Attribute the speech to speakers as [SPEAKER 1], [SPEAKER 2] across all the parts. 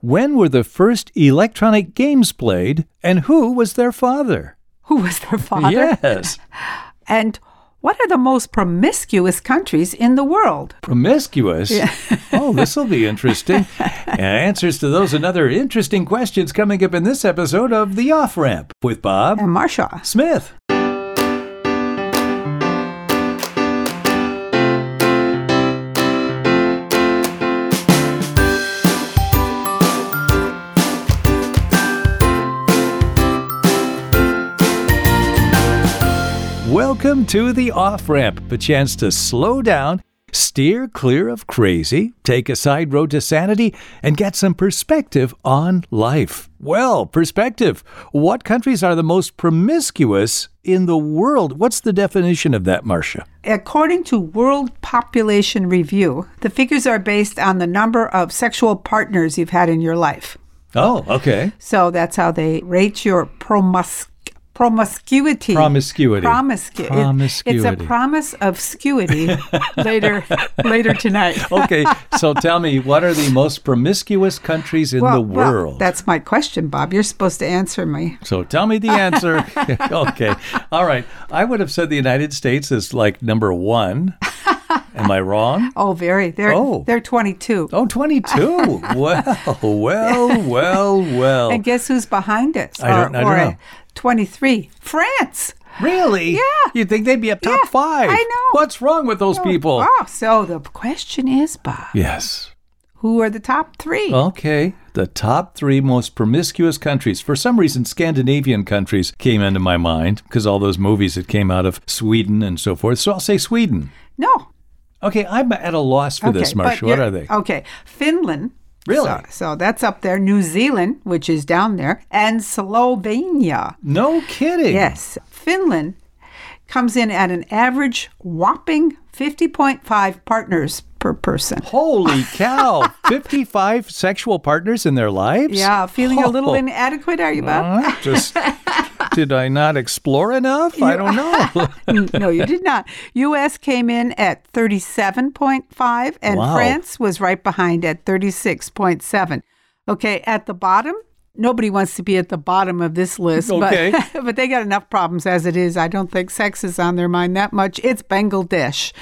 [SPEAKER 1] When were the first electronic games played, and who was their father?
[SPEAKER 2] Who was their father?
[SPEAKER 1] Yes.
[SPEAKER 2] And what are the most promiscuous countries in the world?
[SPEAKER 1] Promiscuous? oh, this will be interesting. And answers to those and other interesting questions coming up in this episode of The Off Ramp with Bob
[SPEAKER 2] And Uh, Marsha.
[SPEAKER 1] Smith. Welcome to the off ramp, a chance to slow down, steer clear of crazy, take a side road to sanity, and get some perspective on life. Well, perspective. What countries are the most promiscuous in the world? What's the definition of that, Marcia?
[SPEAKER 2] According to World Population Review, the figures are based on the number of sexual partners you've had in your life.
[SPEAKER 1] Oh, okay.
[SPEAKER 2] So that's how they rate your promus- promiscuity.
[SPEAKER 1] Promiscuity.
[SPEAKER 2] Promiscu- it- It's
[SPEAKER 1] Promiscuity.
[SPEAKER 2] a promise of scuity later later tonight.
[SPEAKER 1] okay, so tell me, what are the most promiscuous countries in the
[SPEAKER 2] well,
[SPEAKER 1] world?
[SPEAKER 2] that's my question, Bob. You're supposed to answer me.
[SPEAKER 1] So tell me the answer. okay. All right. I would have said the United States is like number one. Am I wrong?
[SPEAKER 2] Oh, very. They're
[SPEAKER 1] Oh.
[SPEAKER 2] they're 22.
[SPEAKER 1] Oh, 22. Well, well, well, well.
[SPEAKER 2] And guess who's behind us?
[SPEAKER 1] Oh. I don't- I don't know.
[SPEAKER 2] 23. France.
[SPEAKER 1] Really? Yeah. You'd think they'd be up top
[SPEAKER 2] Yeah,
[SPEAKER 1] five.
[SPEAKER 2] I know.
[SPEAKER 1] What's wrong with those people?
[SPEAKER 2] Oh, so the question is, Bob,
[SPEAKER 1] Yes.
[SPEAKER 2] who are the top three?
[SPEAKER 1] Okay. The top three most promiscuous countries. For some reason, Scandinavian countries came into my mind because all those movies that came out of Sweden and so forth. So I'll say Sweden.
[SPEAKER 2] No.
[SPEAKER 1] Okay. I'm at a loss for
[SPEAKER 2] okay,
[SPEAKER 1] this,
[SPEAKER 2] but
[SPEAKER 1] Marsha. What
[SPEAKER 2] you're-
[SPEAKER 1] are they?
[SPEAKER 2] Okay. Finland.
[SPEAKER 1] Really?
[SPEAKER 2] So, so that's up there. New Zealand, which is down there, and Slovenia.
[SPEAKER 1] No kidding.
[SPEAKER 2] Yes. Finland comes in at an average whopping 50.5 partners per person.
[SPEAKER 1] Holy cow! 55 sexual partners in their lives?
[SPEAKER 2] Yeah, feeling a little
[SPEAKER 1] Oh,
[SPEAKER 2] inadequate, are you, Bob?
[SPEAKER 1] huh? Just did I not explore enough? I don't know.
[SPEAKER 2] no, you did not. U.S. came in at 37.5, and
[SPEAKER 1] Wow.
[SPEAKER 2] France was right behind at 36.7. Okay, at the bottom, nobody wants to be at the bottom of this list,
[SPEAKER 1] Okay.
[SPEAKER 2] but, but they got enough problems as it is. I don't think sex is on their mind that much. It's Bangladesh,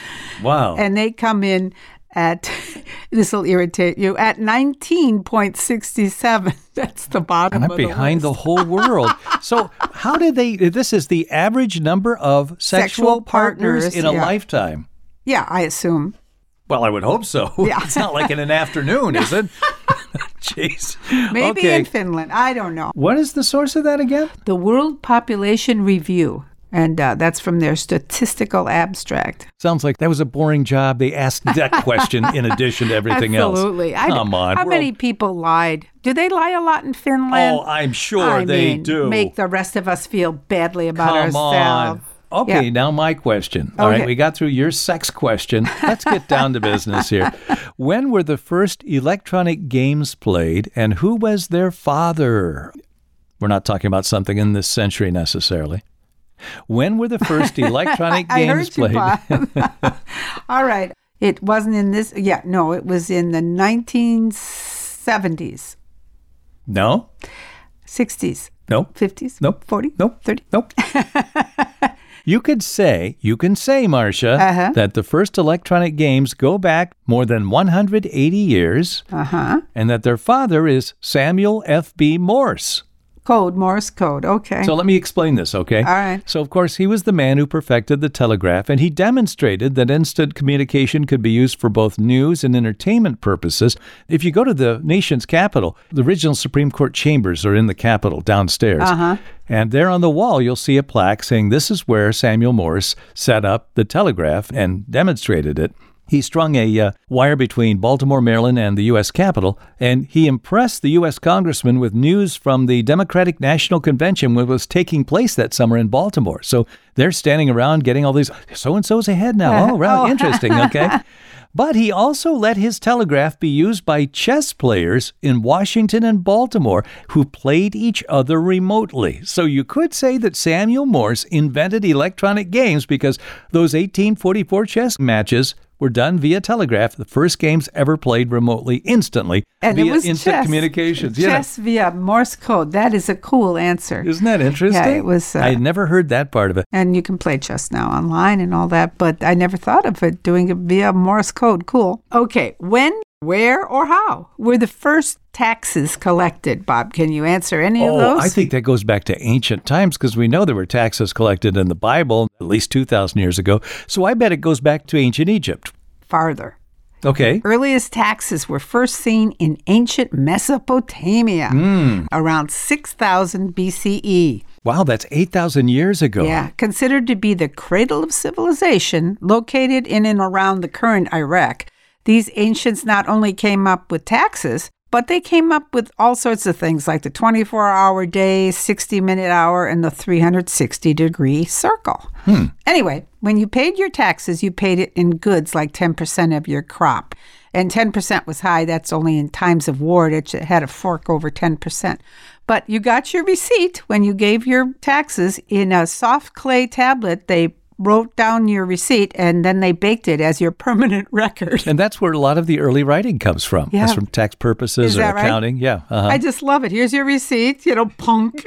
[SPEAKER 1] Wow.
[SPEAKER 2] and they come in at this will irritate you at 19.67. That's the bottom
[SPEAKER 1] I'm
[SPEAKER 2] of the
[SPEAKER 1] behind
[SPEAKER 2] list.
[SPEAKER 1] the whole world. So, how did they? This is the average number of sexual,
[SPEAKER 2] Sexual
[SPEAKER 1] partners,
[SPEAKER 2] partners,
[SPEAKER 1] in a
[SPEAKER 2] yeah.
[SPEAKER 1] lifetime.
[SPEAKER 2] Yeah, I assume.
[SPEAKER 1] Well, I would hope so.
[SPEAKER 2] Yeah.
[SPEAKER 1] it's not like in an afternoon, is it? Jeez.
[SPEAKER 2] Maybe
[SPEAKER 1] okay.
[SPEAKER 2] in Finland. I don't know.
[SPEAKER 1] what is the source of that again?
[SPEAKER 2] The World Population Review, and uh, that's from their statistical abstract.
[SPEAKER 1] Sounds like that was a boring job. They asked that question in addition to everything
[SPEAKER 2] Absolutely.
[SPEAKER 1] else.
[SPEAKER 2] I-
[SPEAKER 1] Come on.
[SPEAKER 2] How
[SPEAKER 1] we're-
[SPEAKER 2] many people lied? Do they lie a lot in Finland?
[SPEAKER 1] Oh, I'm sure
[SPEAKER 2] I
[SPEAKER 1] they
[SPEAKER 2] mean,
[SPEAKER 1] do.
[SPEAKER 2] Make the rest of us feel badly about
[SPEAKER 1] Come on.
[SPEAKER 2] ourselves.
[SPEAKER 1] Okay,
[SPEAKER 2] Yeah.
[SPEAKER 1] now my question. All right,
[SPEAKER 2] Okay.
[SPEAKER 1] we got through your sex question. Let's get down to business here. When were the first electronic games played, and who was their father? We're not talking about something in this century necessarily. When were the first electronic
[SPEAKER 2] I
[SPEAKER 1] games
[SPEAKER 2] heard you,
[SPEAKER 1] played?
[SPEAKER 2] Bob. All right. It wasn't in this. Yeah, no, it was in the 1970s,
[SPEAKER 1] No,
[SPEAKER 2] 60s,
[SPEAKER 1] no,
[SPEAKER 2] 50s,
[SPEAKER 1] Nope.
[SPEAKER 2] 40,
[SPEAKER 1] Nope.
[SPEAKER 2] 30.
[SPEAKER 1] Nope. you could say, you can say, Marcia,
[SPEAKER 2] Uh-huh.
[SPEAKER 1] that the first electronic games go back more than 180 years
[SPEAKER 2] Uh huh.
[SPEAKER 1] and that their father is Samuel F.B. Morse.
[SPEAKER 2] Code, Morse code. Okay.
[SPEAKER 1] So let me explain this, okay?
[SPEAKER 2] All right.
[SPEAKER 1] So, of course, he was the man who perfected the telegraph, and he demonstrated that instant communication could be used for both news and entertainment purposes. If you go to the nation's capital, the original Supreme Court chambers are in the Capitol downstairs. Uh-huh. And there on the wall, you'll see a plaque saying this is where Samuel Morse set up the telegraph and demonstrated it. He strung a uh, wire between Baltimore, Maryland, and the U.S. Capitol, and he impressed the U.S. congressman with news from the Democratic National Convention, which was taking place that summer in Baltimore. So they're standing around getting all these, so and so's ahead now. Oh, right. Interesting. Okay. But he also let his telegraph be used by chess players in Washington and Baltimore who played each other remotely. So you could say that Samuel Morse invented electronic games because those 1844 chess matches were done via telegraph, the first games ever played remotely instantly
[SPEAKER 2] And
[SPEAKER 1] via
[SPEAKER 2] it was
[SPEAKER 1] instant
[SPEAKER 2] chess.
[SPEAKER 1] communications. Yeah.
[SPEAKER 2] Chess via Morse code. That is a cool answer.
[SPEAKER 1] Isn't that interesting?
[SPEAKER 2] Yeah, it was. Uh,
[SPEAKER 1] I had never heard that part of it.
[SPEAKER 2] and you can play chess now online and all that, but I never thought of it doing it via Morse code. Cool. Okay, when, where, or how were the first taxes collected, Bob? Can you answer any of
[SPEAKER 1] Oh,
[SPEAKER 2] those?
[SPEAKER 1] I think that goes back to ancient times because we know there were taxes collected in the Bible at least 2,000 years ago. So I bet it goes back to ancient Egypt.
[SPEAKER 2] Farther.
[SPEAKER 1] Okay.
[SPEAKER 2] Earliest taxes were first seen in ancient Mesopotamia
[SPEAKER 1] Hmm.
[SPEAKER 2] around 6000 BCE.
[SPEAKER 1] Wow, that's 8,000 years ago.
[SPEAKER 2] Yeah, considered to be the cradle of civilization, located in and around the current Iraq, these ancients not only came up with taxes, but they came up with all sorts of things like the 24 hour day, 60 minute hour, and the 360 degree circle. Anyway, when you paid your taxes, you paid it in goods like 10% of your crop. And 10% was high. That's only in times of war. It j- had a fork over 10%. But you got your receipt when you gave your taxes in a soft clay tablet. They wrote down your receipt and then they baked it as your permanent record.
[SPEAKER 1] And that's where a lot of the early writing comes from.
[SPEAKER 2] Yeah.
[SPEAKER 1] That's from tax purposes
[SPEAKER 2] Is
[SPEAKER 1] or
[SPEAKER 2] that right?
[SPEAKER 1] accounting. Yeah. Uh-huh.
[SPEAKER 2] I just love it. Here's your receipt, you know, punk.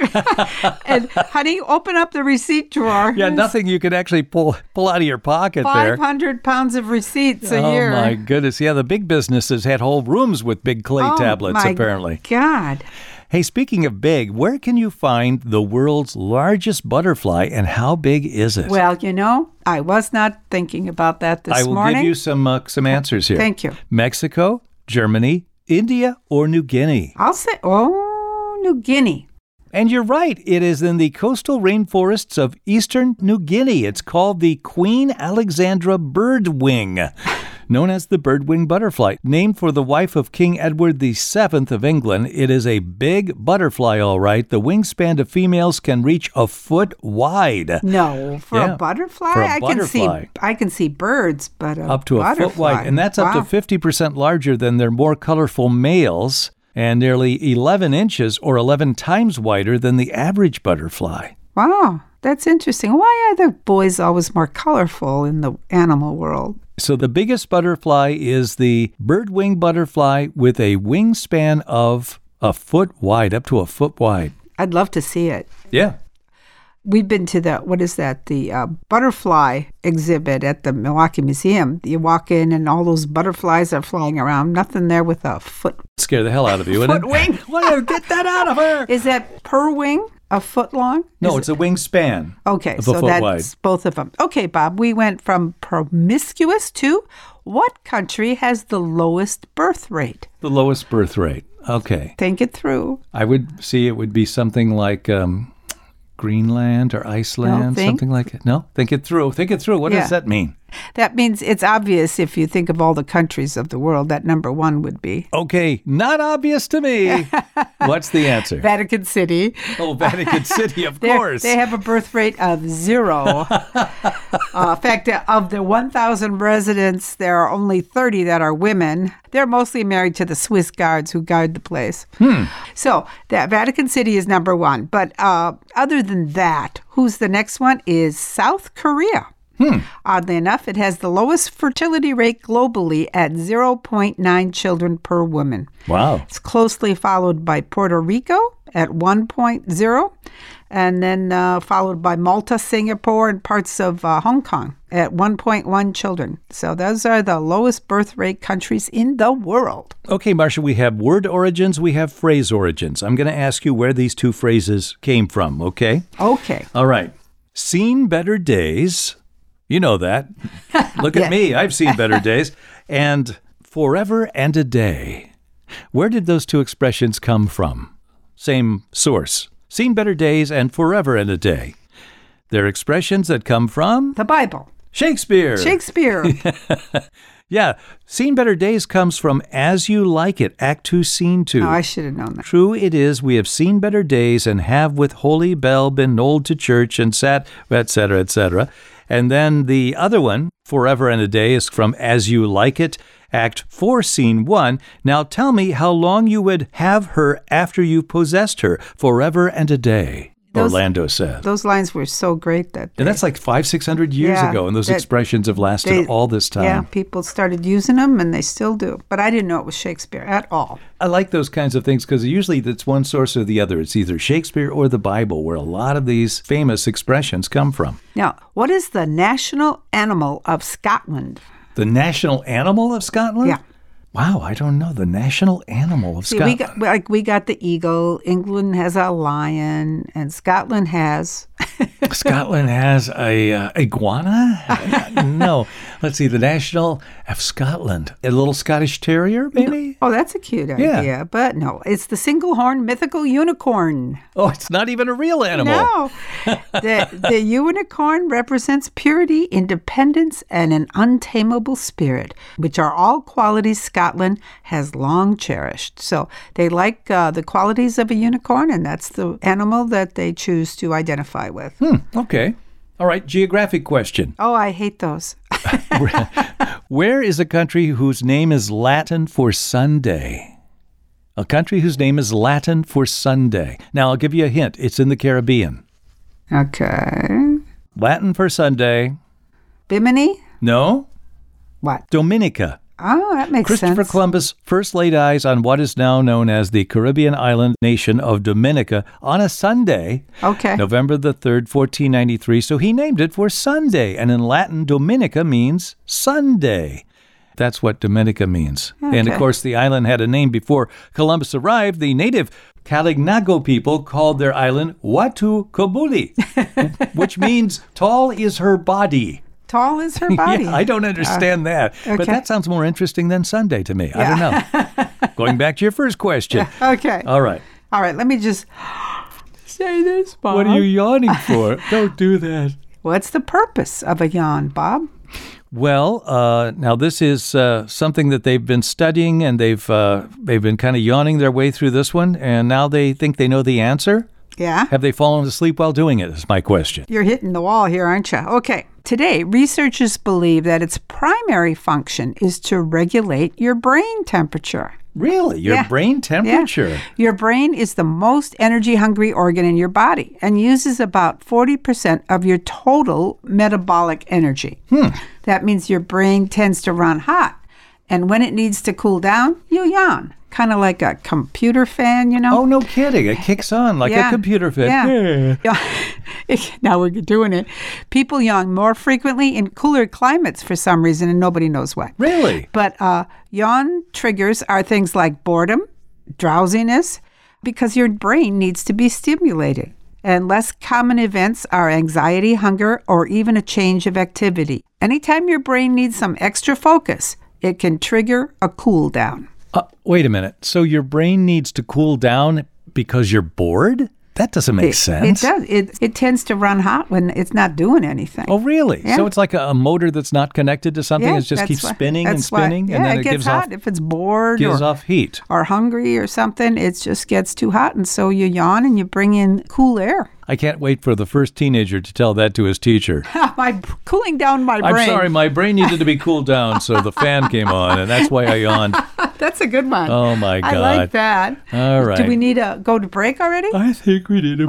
[SPEAKER 2] and honey, open up the receipt drawer.
[SPEAKER 1] yeah, nothing you could actually pull pull out of your pocket there.
[SPEAKER 2] 500 pounds of receipts a
[SPEAKER 1] oh
[SPEAKER 2] year.
[SPEAKER 1] my goodness. Yeah, the big businesses had whole rooms with big clay
[SPEAKER 2] Oh,
[SPEAKER 1] tablets
[SPEAKER 2] my
[SPEAKER 1] apparently.
[SPEAKER 2] God.
[SPEAKER 1] Hey, speaking of big, where can you find the world's largest butterfly and how big is it?
[SPEAKER 2] Well, you know, I was not thinking about that this
[SPEAKER 1] I will
[SPEAKER 2] morning.
[SPEAKER 1] give you some uh, some answers here.
[SPEAKER 2] Thank you.
[SPEAKER 1] Mexico, Germany, India, or New Guinea.
[SPEAKER 2] I'll say, oh, New Guinea.
[SPEAKER 1] And you're right, it is in the coastal rainforests of eastern New Guinea. It's called the Queen Alexandra birdwing, known as the birdwing butterfly. Named for the wife of King Edward VII of England, it is a big butterfly, all right. The wingspan of females can reach a foot wide.
[SPEAKER 2] No, for
[SPEAKER 1] Yeah,
[SPEAKER 2] a butterfly,
[SPEAKER 1] for a
[SPEAKER 2] I
[SPEAKER 1] butterfly.
[SPEAKER 2] can see I can see birds, but a
[SPEAKER 1] up to a foot
[SPEAKER 2] butterfly-
[SPEAKER 1] wide, and that's up
[SPEAKER 2] wow.
[SPEAKER 1] to 50% larger than their more colorful males, and nearly 11 inches or 11 times wider than the average butterfly.
[SPEAKER 2] Wow, that's interesting. Why are the boys always more colorful in the animal world?
[SPEAKER 1] So, the biggest butterfly is the birdwing butterfly with a wingspan of a foot wide, up to a foot wide.
[SPEAKER 2] I'd love to see it.
[SPEAKER 1] Yeah.
[SPEAKER 2] We've been to the what is that the uh, butterfly exhibit at the Milwaukee Museum. You walk in and all those butterflies are flying around. Nothing there with a foot.
[SPEAKER 1] Scare the hell out of you, wouldn't
[SPEAKER 2] Foot
[SPEAKER 1] it?
[SPEAKER 2] wing.
[SPEAKER 1] Whatever, get that out of her.
[SPEAKER 2] Is that per wing a foot long?
[SPEAKER 1] No, it's a wingspan.
[SPEAKER 2] Okay,
[SPEAKER 1] of a
[SPEAKER 2] so
[SPEAKER 1] foot
[SPEAKER 2] that's
[SPEAKER 1] wide.
[SPEAKER 2] both of them. Okay, Bob, we went from promiscuous to what country has the lowest birth rate?
[SPEAKER 1] The lowest birth rate. Okay.
[SPEAKER 2] Think it through.
[SPEAKER 1] I would see it would be something like um, Greenland or Iceland,
[SPEAKER 2] think.
[SPEAKER 1] something like it. No, think it through. Think it through. What
[SPEAKER 2] Yeah.
[SPEAKER 1] does that mean?
[SPEAKER 2] That means it's obvious if you think of all the countries of the world that number one would be
[SPEAKER 1] Okay, not obvious to me. What's the answer?
[SPEAKER 2] Vatican City.
[SPEAKER 1] oh, Vatican City, of
[SPEAKER 2] They're-
[SPEAKER 1] course.
[SPEAKER 2] They have a birth rate of zero. uh, in fact, uh, of the 1,000 residents, there are only 30 that are women. They're mostly married to the Swiss guards who guard the place.
[SPEAKER 1] Hmm.
[SPEAKER 2] So that Vatican City is number one. But uh, other than that, who's the next one is South Korea.
[SPEAKER 1] Hmm.
[SPEAKER 2] Oddly enough, it has the lowest fertility rate globally at 0.9 children per woman.
[SPEAKER 1] wow.
[SPEAKER 2] It's closely followed by Puerto Rico at 1.0, and then uh, followed by Malta, Singapore, and parts of uh, Hong Kong at 1.1 children. So those are the lowest birth rate countries in the world.
[SPEAKER 1] Okay, Marcia, we have word origins, we have phrase origins. I'm going to ask you where these two phrases came from, okay?
[SPEAKER 2] Okay.
[SPEAKER 1] All right. Seen better days. You know that. Look at me. I've seen better days. And forever and a day. Where did those two expressions come from? Same source. Seen better days and forever and a day. They're expressions that come from
[SPEAKER 2] The Bible,
[SPEAKER 1] Shakespeare.
[SPEAKER 2] Shakespeare.
[SPEAKER 1] yeah. Seen better days comes from As You Like It, Act 2, Scene 2.
[SPEAKER 2] oh, I should have known that.
[SPEAKER 1] True it is, we have seen better days, and have with holy bell been old to church, and sat, etc., etc. And then the other one, Forever and a Day is from As You Like It, Act 4, Scene 1. Now tell me how long you would have her after you possessed her. Forever and a Day,
[SPEAKER 2] Those-
[SPEAKER 1] Orlando said.
[SPEAKER 2] Those lines were so great that
[SPEAKER 1] and that's like five, six hundred years
[SPEAKER 2] Yeah,
[SPEAKER 1] ago, and those
[SPEAKER 2] that-
[SPEAKER 1] expressions have lasted
[SPEAKER 2] they-
[SPEAKER 1] all this time.
[SPEAKER 2] Yeah, people started using them and they still do. But I didn't know it was Shakespeare at all.
[SPEAKER 1] I like those kinds of things because usually it's one source or the other. It's either Shakespeare or the Bible, where a lot of these famous expressions come from.
[SPEAKER 2] Now, what is the national animal of Scotland?
[SPEAKER 1] The national animal of Scotland?
[SPEAKER 2] Yeah.
[SPEAKER 1] Wow, I don't know. The national animal of
[SPEAKER 2] See, we
[SPEAKER 1] Scotland.
[SPEAKER 2] got like we got the eagle. England has a lion, and Scotland has
[SPEAKER 1] Scotland has a uh, iguana? no. Let's see. The national of Scotland. A little Scottish terrier, maybe?
[SPEAKER 2] oh, that's a cute
[SPEAKER 1] Yeah.
[SPEAKER 2] idea, but no, it's the single horn mythical unicorn.
[SPEAKER 1] Oh, it's not even a real animal.
[SPEAKER 2] No, the the unicorn represents purity, independence, and an untamable spirit, which are all qualities Scotland has long cherished. So they like uh, the qualities of a unicorn, and that's the animal that they choose to identify with.
[SPEAKER 1] Hmm. Okay. All right. Geographic question.
[SPEAKER 2] Oh, I hate those.
[SPEAKER 1] Where is a country whose name is Latin for Sunday? A country whose name is Latin for Sunday. Now, I'll give you a hint. It's in the Caribbean.
[SPEAKER 2] Okay,
[SPEAKER 1] Latin for Sunday.
[SPEAKER 2] Bimini.
[SPEAKER 1] No?
[SPEAKER 2] What?
[SPEAKER 1] Dominica.
[SPEAKER 2] Oh, that makes
[SPEAKER 1] Christopher
[SPEAKER 2] sense.
[SPEAKER 1] Columbus first laid eyes on what is now known as the Caribbean island nation of Dominica on a Sunday,
[SPEAKER 2] okay.
[SPEAKER 1] November the 3rd, 1493. So he named it for Sunday. And in Latin, Dominica means Sunday. That's what Dominica means. And of
[SPEAKER 2] Okay.
[SPEAKER 1] course, the island had a name before Columbus arrived. The native Callignago people called their island Watu Kobuli, which means tall is her body.
[SPEAKER 2] Tall is her body.
[SPEAKER 1] Yeah, I don't understand that. But
[SPEAKER 2] okay.
[SPEAKER 1] that sounds more interesting than Sunday to me. I don't know. Going back to your first question.
[SPEAKER 2] Okay.
[SPEAKER 1] All right.
[SPEAKER 2] All right. Let me just say this, Bob.
[SPEAKER 1] What are you yawning for? don't do that.
[SPEAKER 2] What's the purpose of a yawn, Bob?
[SPEAKER 1] Well, uh, now this is uh, something that they've been studying, and they've uh, they've been kind of yawning their way through this one, and now they think they know the answer.
[SPEAKER 2] Yeah.
[SPEAKER 1] Have they fallen asleep while doing it? Is my question.
[SPEAKER 2] You're hitting the wall here, aren't you? Okay. Today, researchers believe that its primary function is to regulate your brain temperature.
[SPEAKER 1] Really, your
[SPEAKER 2] Yeah.
[SPEAKER 1] brain temperature.
[SPEAKER 2] Yeah. Your brain is the most energy hungry organ in your body and uses about 40% of your total metabolic energy.
[SPEAKER 1] Hmm.
[SPEAKER 2] That means your brain tends to run hot. And when it needs to cool down, you yawn, kind of like a computer fan, you know?
[SPEAKER 1] Oh no, kidding! It kicks on like a computer fit.
[SPEAKER 2] Yeah. Yeah. now we're doing it. People yawn more frequently in cooler climates for some reason, and nobody knows why.
[SPEAKER 1] Really?
[SPEAKER 2] But uh, yawn triggers are things like boredom, drowsiness, because your brain needs to be stimulated. And less common events are anxiety, hunger, or even a change of activity. Anytime your brain needs some extra focus, it can trigger a cool down.
[SPEAKER 1] Uh, wait a minute. So your brain needs to cool down because you're bored? That doesn't make sense.
[SPEAKER 2] It does. It, it tends to run hot when it's not doing anything.
[SPEAKER 1] Oh, really?
[SPEAKER 2] Yeah.
[SPEAKER 1] So it's like a, a motor that's not connected to something. it just
[SPEAKER 2] that's
[SPEAKER 1] keeps
[SPEAKER 2] why-
[SPEAKER 1] spinning and
[SPEAKER 2] that's why-
[SPEAKER 1] spinning,
[SPEAKER 2] yeah,
[SPEAKER 1] and then it,
[SPEAKER 2] gets
[SPEAKER 1] gives
[SPEAKER 2] hot
[SPEAKER 1] off
[SPEAKER 2] if it's bored
[SPEAKER 1] gives
[SPEAKER 2] or,
[SPEAKER 1] off heat.
[SPEAKER 2] or hungry or something. It just gets too hot, and so you yawn and you bring in cool air.
[SPEAKER 1] I can't wait for the first teenager to tell that to his teacher.
[SPEAKER 2] my cooling down my
[SPEAKER 1] I'm
[SPEAKER 2] brain.
[SPEAKER 1] sorry, my brain needed to be cooled down, so the fan came on, and that's why I yawned.
[SPEAKER 2] that's a good one.
[SPEAKER 1] Oh, my
[SPEAKER 2] I
[SPEAKER 1] God.
[SPEAKER 2] like that.
[SPEAKER 1] All
[SPEAKER 2] Do we
[SPEAKER 1] right.
[SPEAKER 2] need a go to break already?
[SPEAKER 1] I think we need a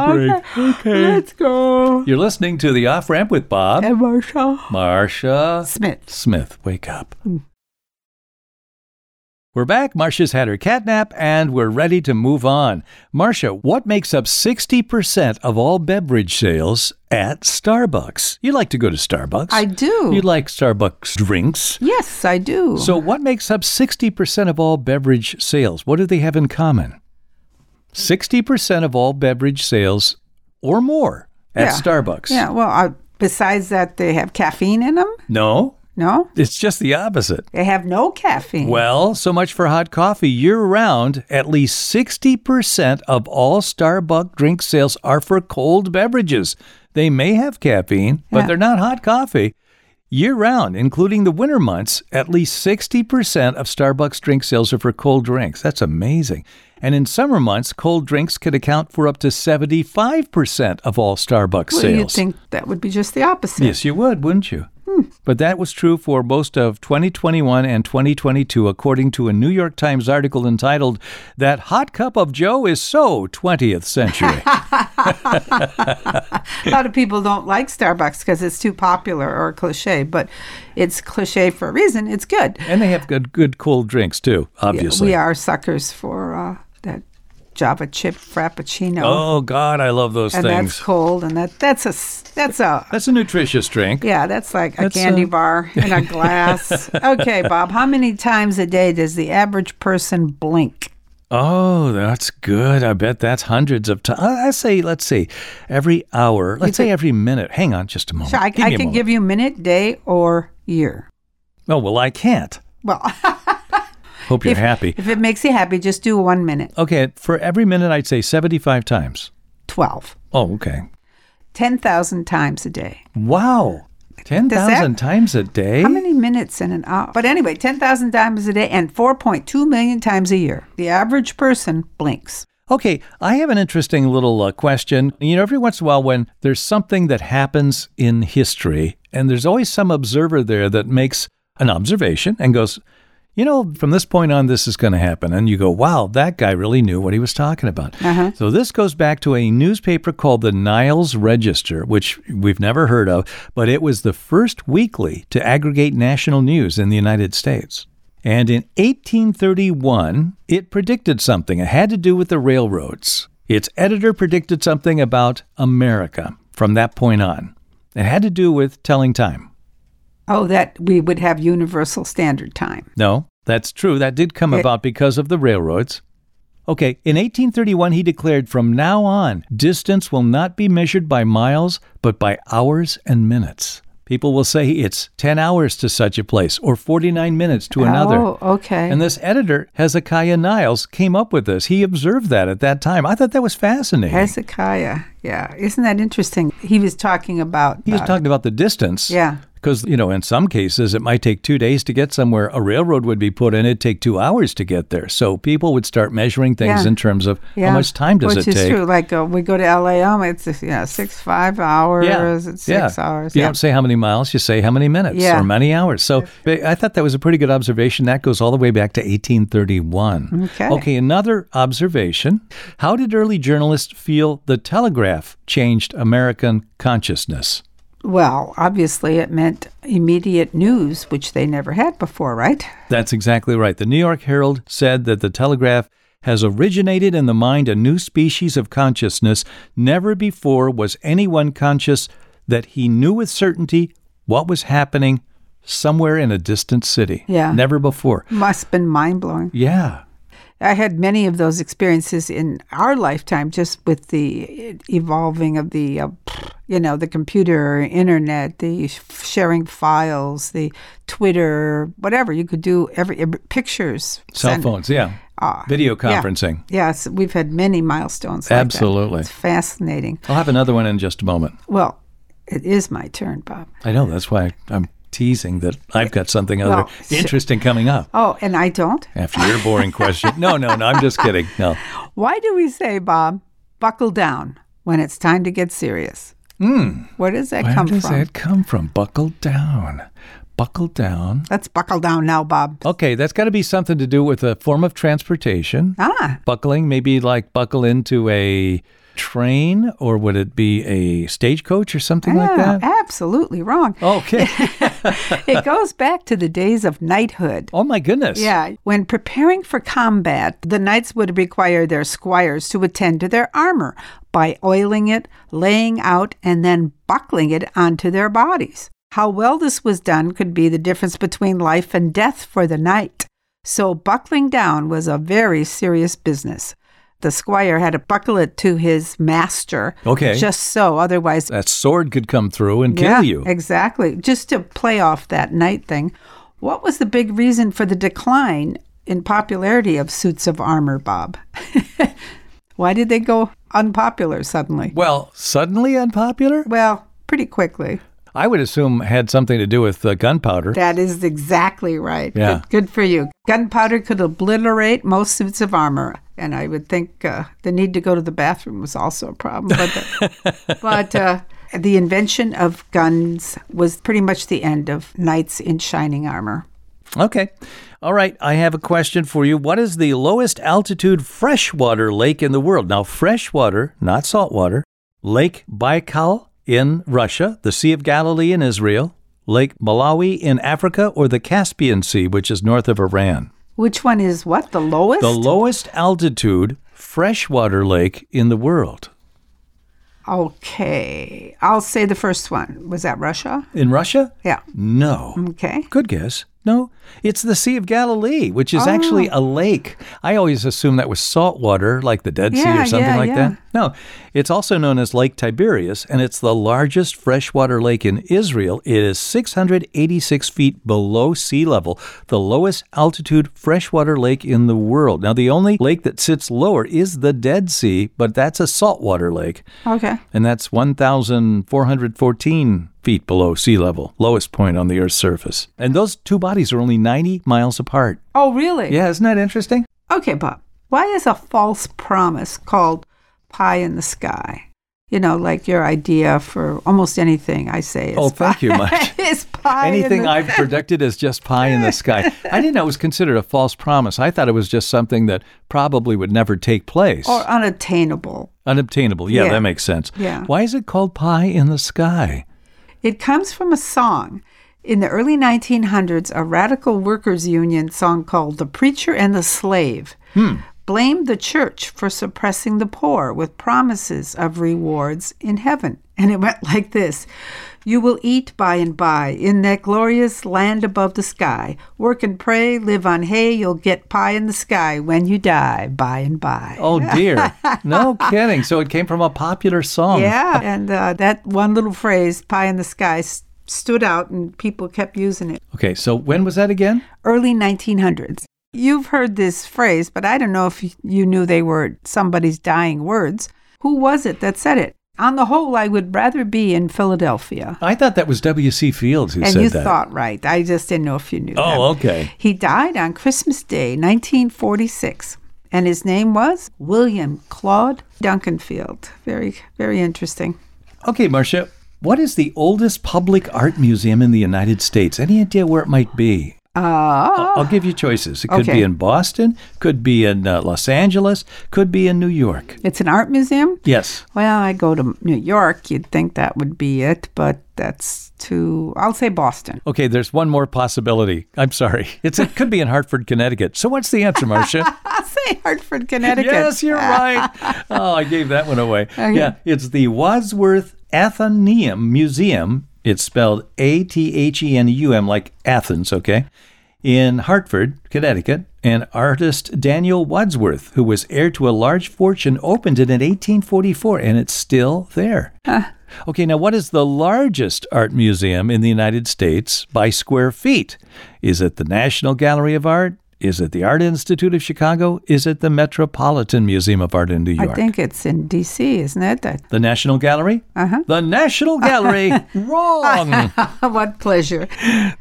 [SPEAKER 1] break.
[SPEAKER 2] Let's go.
[SPEAKER 1] You're listening to The Off Ramp with Bob,
[SPEAKER 2] And Marsha
[SPEAKER 1] Marsha,
[SPEAKER 2] Smith.
[SPEAKER 1] Smith. Wake up.
[SPEAKER 2] Hmm.
[SPEAKER 1] We're back. Marcia's had her cat nap, and we're ready to move on. Marcia, what makes up 60% of all beverage sales at Starbucks? You like to go to Starbucks.
[SPEAKER 2] I do.
[SPEAKER 1] You like Starbucks drinks.
[SPEAKER 2] yes, I do.
[SPEAKER 1] So, what makes up 60% of all beverage sales? What do they have in common? 60% of all beverage sales or more at
[SPEAKER 2] Yeah.
[SPEAKER 1] Starbucks.
[SPEAKER 2] yeah. Well, uh, besides that, they have caffeine in them.
[SPEAKER 1] No,
[SPEAKER 2] No,
[SPEAKER 1] it's just the opposite.
[SPEAKER 2] they have no caffeine.
[SPEAKER 1] Well, so much for hot coffee. Year round, at least 60% of all Starbucks drink sales are for cold beverages. They may have caffeine, but
[SPEAKER 2] Yeah.
[SPEAKER 1] they're not hot coffee. Year round, including the winter months, at least 60% of Starbucks drink sales are for cold drinks. That's amazing. And in summer months, cold drinks can account for up to 75% of all Starbucks
[SPEAKER 2] Well,
[SPEAKER 1] sales.
[SPEAKER 2] You'd think that would be just the opposite.
[SPEAKER 1] yes, you would, wouldn't you?
[SPEAKER 2] Hmm.
[SPEAKER 1] But that was true for most of 2021 and 2022, according to a New York Times article entitled, That Hot Cup of Joe is So 20th Century.
[SPEAKER 2] A lot of people don't like Starbucks because it's too popular or cliche, but it's cliche for a reason. It's good.
[SPEAKER 1] and they have good, good cold drinks, too, obviously.
[SPEAKER 2] We are suckers for uh, that Java chip frappuccino.
[SPEAKER 1] Oh, God, I love those
[SPEAKER 2] and
[SPEAKER 1] things.
[SPEAKER 2] that's cold, and that that's a s- that's a
[SPEAKER 1] That's a nutritious drink.
[SPEAKER 2] yeah, that's like a
[SPEAKER 1] That's,
[SPEAKER 2] candy
[SPEAKER 1] uh,
[SPEAKER 2] bar in a glass. okay, Bob, how many times a day does the average person blink?
[SPEAKER 1] Oh, that's good. I bet that's hundreds of times. I say, let's see, every hour, let's say every minute. Hang on just a moment.
[SPEAKER 2] So I, I
[SPEAKER 1] Give me a
[SPEAKER 2] can
[SPEAKER 1] moment.
[SPEAKER 2] give you minute, day, or year.
[SPEAKER 1] Oh, well, I can't.
[SPEAKER 2] Well,
[SPEAKER 1] Hope you're
[SPEAKER 2] if,
[SPEAKER 1] happy.
[SPEAKER 2] If it makes you happy, just do one minute,
[SPEAKER 1] Okay, for every minute, I'd say 75 times.
[SPEAKER 2] twelve.
[SPEAKER 1] Oh, okay.
[SPEAKER 2] 10,000 times a day.
[SPEAKER 1] Wow. 10,000 times a day?
[SPEAKER 2] How many minutes in an hour? But anyway, 10,000 times a day and 4.2 million times a year. The average person blinks.
[SPEAKER 1] Okay, I have an interesting little uh, question. You know, every once in a while, when there's something that happens in history, and there's always some observer there that makes an observation and goes, you know, from this point on, this is going to happen. And you go, wow, that guy really knew what he was talking about.
[SPEAKER 2] Uh-huh.
[SPEAKER 1] So this goes back to a newspaper called the Niles Register, which we've never heard of, but it was the first weekly to aggregate national news in the United States. And in 1831, it predicted something. It had to do with the railroads. Its editor predicted something about America from that point on. It had to do with telling time.
[SPEAKER 2] Oh, that we would have universal standard time.
[SPEAKER 1] No, that's true. That did come
[SPEAKER 2] It-
[SPEAKER 1] about because of the railroads. Okay, in 1831, he declared from now on, distance will not be measured by miles, but by hours and minutes. People will say it's 10 hours to such a place or 49 minutes to another.
[SPEAKER 2] Oh, okay.
[SPEAKER 1] And this editor, Hezekiah Niles, came up with this. He observed that at that time. I thought that was fascinating.
[SPEAKER 2] Hezekiah. Yeah. Isn't that interesting? He was talking about.
[SPEAKER 1] he was
[SPEAKER 2] uh,
[SPEAKER 1] talking about the distance.
[SPEAKER 2] Yeah.
[SPEAKER 1] Because, you know, in some cases it might take two days to get somewhere. A railroad would be put in, it'd take two hours to get there. So people would start measuring things
[SPEAKER 2] Yeah.
[SPEAKER 1] in terms of
[SPEAKER 2] Yeah.
[SPEAKER 1] how much time does
[SPEAKER 2] Which
[SPEAKER 1] it
[SPEAKER 2] is
[SPEAKER 1] take.
[SPEAKER 2] true. Like uh, we go to LA, um, it's uh, yeah, six, five hours. It's six
[SPEAKER 1] yeah.
[SPEAKER 2] hours.
[SPEAKER 1] You
[SPEAKER 2] yeah.
[SPEAKER 1] don't say how many miles, you say how many minutes
[SPEAKER 2] Yeah.
[SPEAKER 1] or many hours. So I thought that was a pretty good observation. That goes all the way back to 1831.
[SPEAKER 2] Okay.
[SPEAKER 1] Okay, another observation. How did early journalists feel the telegraph changed American consciousness?
[SPEAKER 2] Well, obviously, it meant immediate news, which they never had before, right?
[SPEAKER 1] That's exactly right. The New York Herald said that the telegraph has originated in the mind a new species of consciousness. Never before was anyone conscious that he knew with certainty what was happening somewhere in a distant city.
[SPEAKER 2] Yeah.
[SPEAKER 1] Never before.
[SPEAKER 2] Must have been mind blowing.
[SPEAKER 1] Yeah.
[SPEAKER 2] I had many of those experiences in our lifetime, just with the evolving of the, uh, you know, the computer, internet, the sharing files, the Twitter, whatever you could do. Every pictures,
[SPEAKER 1] Cell
[SPEAKER 2] send- Uh,
[SPEAKER 1] phones, yeah. Video
[SPEAKER 2] yeah.
[SPEAKER 1] conferencing.
[SPEAKER 2] Yes, we've had many milestones. like that.
[SPEAKER 1] Absolutely.
[SPEAKER 2] it's fascinating.
[SPEAKER 1] I'll have another one in just a moment.
[SPEAKER 2] Well, it is my turn, Bob.
[SPEAKER 1] I know, that's why I'm teasing that I've got something other
[SPEAKER 2] Well, so-
[SPEAKER 1] interesting coming up
[SPEAKER 2] Oh, and I don't.
[SPEAKER 1] after your boring question. No, no, no, I'm just kidding. No.
[SPEAKER 2] Why do we say, Bob, buckle down when it's time to get serious? Where does that
[SPEAKER 1] Hmm. Where
[SPEAKER 2] come
[SPEAKER 1] does
[SPEAKER 2] from?
[SPEAKER 1] that come from? Buckle down. Buckle down.
[SPEAKER 2] Let's buckle down now, Bob.
[SPEAKER 1] Okay, that's got to be something to do with a form of transportation.
[SPEAKER 2] Ah,
[SPEAKER 1] Buckling, maybe like buckle into a train, or would it be a stagecoach or something like
[SPEAKER 2] ah,
[SPEAKER 1] that?
[SPEAKER 2] absolutely wrong.
[SPEAKER 1] Okay.
[SPEAKER 2] it goes back to the days of knighthood.
[SPEAKER 1] oh my goodness.
[SPEAKER 2] Yeah, when preparing for combat, the knights would require their squires to attend to their armor by oiling it, laying out, and then buckling it onto their bodies. How well this was done could be the difference between life and death for the knight. So, buckling down was a very serious business. The squire had to buckle it to his master.
[SPEAKER 1] Okay.
[SPEAKER 2] Just so, otherwise,
[SPEAKER 1] That sword could come through and kill you.
[SPEAKER 2] Exactly. Just to play off that knight thing, what was the big reason for the decline in popularity of suits of armor, Bob? Why did they go unpopular suddenly?
[SPEAKER 1] Well, suddenly unpopular?
[SPEAKER 2] Well, pretty quickly.
[SPEAKER 1] I would assume had something to do with uh, gunpowder.
[SPEAKER 2] That is exactly right.
[SPEAKER 1] Yeah.
[SPEAKER 2] Good, good for you. Gunpowder could obliterate most suits of armor. And I would think uh, the need to go to the bathroom was also a problem. But, the- but uh, The invention of guns was pretty much the end of knights in shining armor.
[SPEAKER 1] Okay. All right. I have a question for you. What is the lowest altitude freshwater lake in the world? Now, freshwater, not saltwater. Lake Baikal in Russia, the Sea of Galilee in Israel, Lake Malawi in Africa, or the Caspian Sea, which is north of Iran.
[SPEAKER 2] Which one is what? The lowest?
[SPEAKER 1] The lowest altitude freshwater lake in the world.
[SPEAKER 2] okay. I'll say the first one. Was that Russia?
[SPEAKER 1] In Russia?
[SPEAKER 2] Yeah.
[SPEAKER 1] No.
[SPEAKER 2] Okay.
[SPEAKER 1] Good guess. No, it's the Sea of Galilee, which is actually
[SPEAKER 2] Oh.
[SPEAKER 1] a lake. I always assumed that was salt water, like the Dead Sea
[SPEAKER 2] Yeah,
[SPEAKER 1] or something
[SPEAKER 2] yeah,
[SPEAKER 1] like
[SPEAKER 2] yeah.
[SPEAKER 1] that. No, it's also known as Lake Tiberias, and it's the largest freshwater lake in Israel. It is 686 feet below sea level, the lowest altitude freshwater lake in the world. Now, the only lake that sits lower is the Dead Sea, but that's a saltwater lake,
[SPEAKER 2] Okay.
[SPEAKER 1] and that's 1,414 feet below sea level, lowest point on the Earth's surface. And those two bodies are only 90 miles apart.
[SPEAKER 2] Oh, really?
[SPEAKER 1] Yeah, isn't that interesting?
[SPEAKER 2] Okay, Bob. Why is a false promise called pie in the sky? You know, like your idea for almost anything I say is
[SPEAKER 1] Oh, thank you
[SPEAKER 2] pie-
[SPEAKER 1] much.
[SPEAKER 2] is pie in
[SPEAKER 1] Anything
[SPEAKER 2] the-
[SPEAKER 1] I've predicted is just pie in the sky. I didn't know it was considered a false promise. I thought it was just something that probably would never take place.
[SPEAKER 2] or unattainable.
[SPEAKER 1] Unobtainable. Yeah,
[SPEAKER 2] Yeah.
[SPEAKER 1] that makes sense.
[SPEAKER 2] Yeah.
[SPEAKER 1] Why is it called pie in the sky?
[SPEAKER 2] It comes from a song. In the early 1900s, a radical workers' union song called The Preacher and the Slave blamed the church for suppressing the poor with promises of rewards in heaven. And it went like this You will eat by and by in that glorious land above the sky. Work and pray, live on hay, you'll get pie in the sky when you die by and by.
[SPEAKER 1] Oh, dear. no kidding. So it came from a popular song.
[SPEAKER 2] Yeah, and uh, that one little phrase, pie in the sky, s- stood out and people kept using it.
[SPEAKER 1] Okay, so when was that again?
[SPEAKER 2] Early 1900s. You've heard this phrase, but I don't know if y- you knew they were somebody's dying words. Who was it that said it? On the whole, I would rather be in Philadelphia.
[SPEAKER 1] I thought that was W.C. Fields who
[SPEAKER 2] and
[SPEAKER 1] said
[SPEAKER 2] you
[SPEAKER 1] that.
[SPEAKER 2] thought right. I just didn't know if you knew that.
[SPEAKER 1] oh, okay.
[SPEAKER 2] He died on Christmas Day, 1946, and his name was William Claude Duncanfield. Very, very interesting.
[SPEAKER 1] Okay, Marcia, what is the oldest public art museum in the United States? Any idea where it might be?
[SPEAKER 2] Uh,
[SPEAKER 1] I'll give you choices. It could
[SPEAKER 2] Okay.
[SPEAKER 1] be in Boston, could be in uh, Los Angeles, could be in New York.
[SPEAKER 2] It's an art museum?
[SPEAKER 1] Yes.
[SPEAKER 2] Well, I go to New York. You'd think that would be it, but that's too. I'll say Boston.
[SPEAKER 1] Okay, there's one more possibility. I'm sorry. It's, it could be in Hartford, Connecticut. So what's the answer, Marcia?
[SPEAKER 2] I'll say Hartford, Connecticut.
[SPEAKER 1] yes, you're right. Oh, I gave that one away.
[SPEAKER 2] Okay.
[SPEAKER 1] Yeah, it's the Wadsworth Athenaeum Museum. It's spelled A T H E N U M, like Athens, okay? In Hartford, Connecticut, and artist Daniel Wadsworth, who was heir to a large fortune, opened it in 1844, and it's still there. Okay, now what is the largest art museum in the United States by square feet? Is it the National Gallery of Art? Is it the Art Institute of Chicago? Is it the Metropolitan Museum of Art in New York?
[SPEAKER 2] I think it's in D.C., isn't it? That-
[SPEAKER 1] the National Gallery?
[SPEAKER 2] Uh-huh.
[SPEAKER 1] The National Gallery! Wrong!
[SPEAKER 2] what pleasure.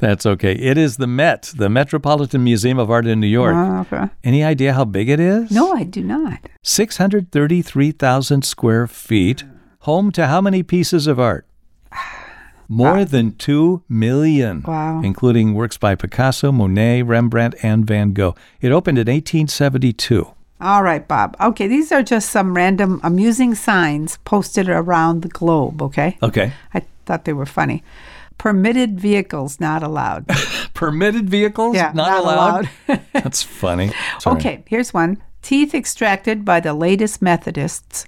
[SPEAKER 1] That's okay. It is the Met, the Metropolitan Museum of Art in New York.
[SPEAKER 2] Uh, okay.
[SPEAKER 1] Any idea how big it is?
[SPEAKER 2] No, I do not.
[SPEAKER 1] 633,000 square feet, home to how many pieces of art? More than 2 million,
[SPEAKER 2] Wow.
[SPEAKER 1] including works by Picasso, Monet, Rembrandt, and Van Gogh. It opened in 1872.
[SPEAKER 2] All right, Bob. Okay, these are just some random amusing signs posted around the globe, okay?
[SPEAKER 1] Okay.
[SPEAKER 2] I thought they were funny. Permitted vehicles not allowed.
[SPEAKER 1] Permitted vehicles?
[SPEAKER 2] Yeah,
[SPEAKER 1] not, allowed. That's funny. Sorry.
[SPEAKER 2] Okay, here's one. Teeth extracted by the latest Methodists.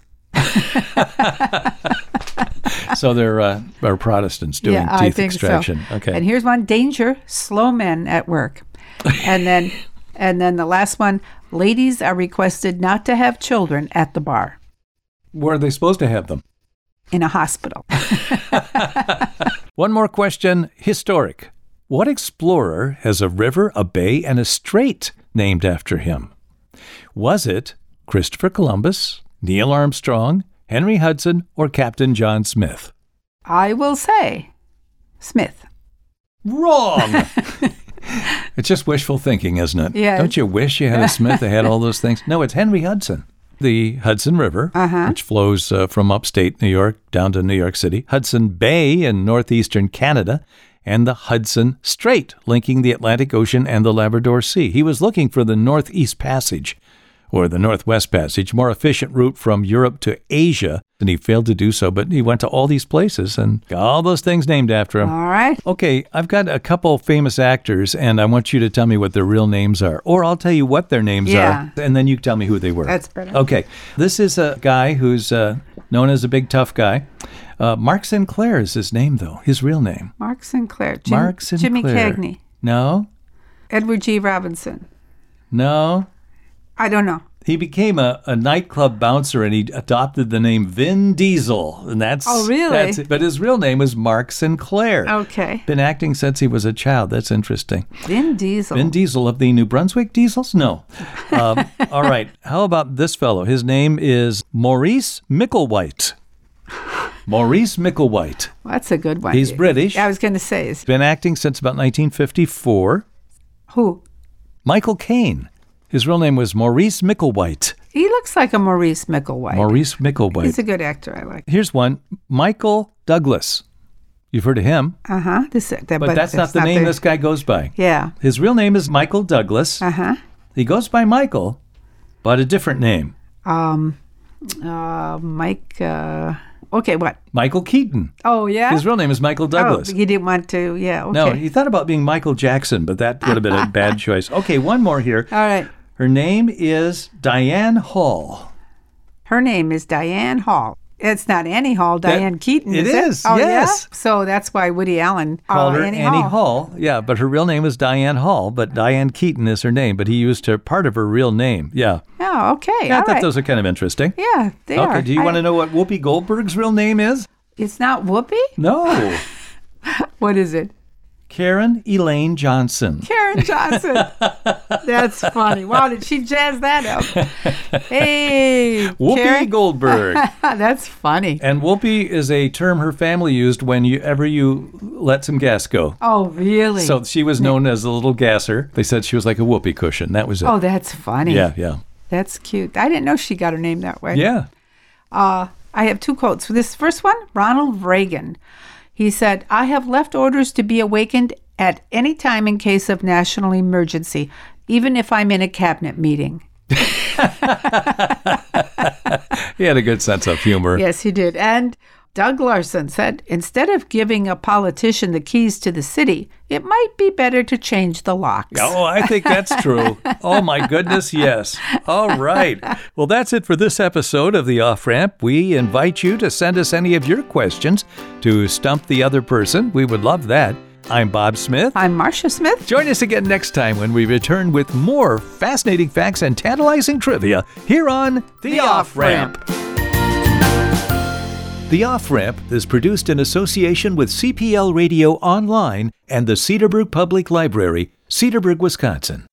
[SPEAKER 1] So there uh, are Protestants doing teeth
[SPEAKER 2] I think
[SPEAKER 1] extraction.
[SPEAKER 2] So.
[SPEAKER 1] Okay.
[SPEAKER 2] And here's one danger, slow men at work. And then and then the last one, ladies are requested not to have children at the bar
[SPEAKER 1] Where are they supposed to have them?
[SPEAKER 2] in a hospital.
[SPEAKER 1] One more question historic. What explorer has a river, a bay, and a strait named after him? Was it Christopher Columbus, Neil Armstrong, Henry Hudson, or Captain John Smith?
[SPEAKER 2] I will say Smith.
[SPEAKER 1] Wrong! it's just wishful thinking, isn't it?
[SPEAKER 2] Yes.
[SPEAKER 1] Don't you wish you had a Smith that had all those things? No, it's Henry Hudson. the Hudson River,
[SPEAKER 2] Uh-huh.
[SPEAKER 1] which flows uh, from upstate New York down to New York City, Hudson Bay in northeastern Canada, and the Hudson Strait linking the Atlantic Ocean and the Labrador Sea. He was looking for the Northeast Passage or the Northwest Passage, more efficient route from Europe to Asia, and he failed to do so, but he went to all these places and got all those things named after him.
[SPEAKER 2] All right.
[SPEAKER 1] Okay, I've got a couple famous actors, and I want you to tell me what their real names are, or I'll tell you what their names
[SPEAKER 2] Yeah.
[SPEAKER 1] are, and then you tell me who they were.
[SPEAKER 2] That's better.
[SPEAKER 1] Okay, this is a guy who's uh, known as a big tough guy. Uh, Mark Sinclair is his name, though his real name.
[SPEAKER 2] Mark Sinclair. Jim,
[SPEAKER 1] Mark Sinclair.
[SPEAKER 2] Jimmy Cagney.
[SPEAKER 1] No,
[SPEAKER 2] Edward G. Robinson.
[SPEAKER 1] no.
[SPEAKER 2] I don't know.
[SPEAKER 1] He became a, a nightclub bouncer, and he adopted the name Vin Diesel, and that's
[SPEAKER 2] Oh, really? Oh.
[SPEAKER 1] That's it. But his real name is Mark Sinclair.
[SPEAKER 2] Okay.
[SPEAKER 1] Been acting since he was a child. That's interesting.
[SPEAKER 2] Vin Diesel.
[SPEAKER 1] Vin Diesel of the New Brunswick Diesels? No. Um, all right. How about this fellow? His name is Maurice Micklewhite. Maurice Micklewhite.
[SPEAKER 2] That's a good one.
[SPEAKER 1] He's British.
[SPEAKER 2] I was going to say, is
[SPEAKER 1] Been acting since about 1954.
[SPEAKER 2] who?
[SPEAKER 1] Michael Caine. His real name was Maurice Micklewhite.
[SPEAKER 2] He looks like a Maurice Micklewhite.
[SPEAKER 1] Maurice
[SPEAKER 2] He's
[SPEAKER 1] Micklewhite.
[SPEAKER 2] a good actor. I like.
[SPEAKER 1] Here's one Michael Douglas. You've heard of him,
[SPEAKER 2] Uh huh. This, that,
[SPEAKER 1] but, that's, not the name this guy goes by.
[SPEAKER 2] Yeah.
[SPEAKER 1] His real name is Michael Douglas.
[SPEAKER 2] Uh huh.
[SPEAKER 1] He goes by Michael, but a different name
[SPEAKER 2] Um, uh, Mike. Uh, okay, what?
[SPEAKER 1] Michael Keaton.
[SPEAKER 2] Oh yeah.
[SPEAKER 1] His real name is Michael Douglas.
[SPEAKER 2] Oh, you didn't want to. Yeah. Okay.
[SPEAKER 1] No, he thought about being Michael Jackson, but that would have been a bad choice. Okay, one more here.
[SPEAKER 2] All right.
[SPEAKER 1] Her name is Diane Hall.
[SPEAKER 2] Her name is Diane Hall. It's not Annie Hall. Diane Keaton.
[SPEAKER 1] it
[SPEAKER 2] is
[SPEAKER 1] is,
[SPEAKER 2] Oh,
[SPEAKER 1] yes.
[SPEAKER 2] Yeah? So that's why Woody Allen
[SPEAKER 1] Called
[SPEAKER 2] uh,
[SPEAKER 1] her
[SPEAKER 2] Annie, Hall.
[SPEAKER 1] Hall. Yeah, but her real name is Diane Hall, but Diane Keaton is her name, but he used her part of her real name. Yeah.
[SPEAKER 2] Oh, okay.
[SPEAKER 1] yeah I
[SPEAKER 2] all
[SPEAKER 1] thought
[SPEAKER 2] right.
[SPEAKER 1] those are kind of interesting.
[SPEAKER 2] Yeah, they
[SPEAKER 1] okay,
[SPEAKER 2] are.
[SPEAKER 1] do you
[SPEAKER 2] I-
[SPEAKER 1] want to know what Whoopi Goldberg's real name is?
[SPEAKER 2] It's not Whoopi.
[SPEAKER 1] No.
[SPEAKER 2] What is it?
[SPEAKER 1] Karen Elaine Johnson.
[SPEAKER 2] Karen Johnson. That's funny. Wow, did she jazz that up? Hey,
[SPEAKER 1] Whoopi
[SPEAKER 2] Karen.
[SPEAKER 1] Goldberg.
[SPEAKER 2] That's funny.
[SPEAKER 1] and whoopee is a term her family used when you ever you let some gas go.
[SPEAKER 2] Oh, really?
[SPEAKER 1] So she was known as the little gasser. They said she was like a whoopee cushion. That was it.
[SPEAKER 2] oh, that's funny.
[SPEAKER 1] yeah, yeah,
[SPEAKER 2] That's cute. I didn't know she got her name that way.
[SPEAKER 1] yeah.
[SPEAKER 2] Uh, I have two quotes. This first one, Ronald Reagan. He said, I have left orders to be awakened at any time in case of national emergency, even if I'm in a cabinet meeting.
[SPEAKER 1] He had a good sense of humor.
[SPEAKER 2] Yes, he did. And Doug Larson said instead of giving a politician the keys to the city, it might be better to change the locks.
[SPEAKER 1] Oh, I think that's true. Oh, my goodness, yes. All right. Well, that's it for this episode of The Off Ramp. We invite you to send us any of your questions to Stump the Other Person. We would love that. I'm Bob Smith.
[SPEAKER 2] I'm Marcia Smith.
[SPEAKER 1] Join us again next time when we return with more fascinating facts and tantalizing trivia here on The, Off Ramp. The Off Ramp is produced in association with CPL Radio Online and the Cedarbrook Public Library, Cedarbrook, Wisconsin.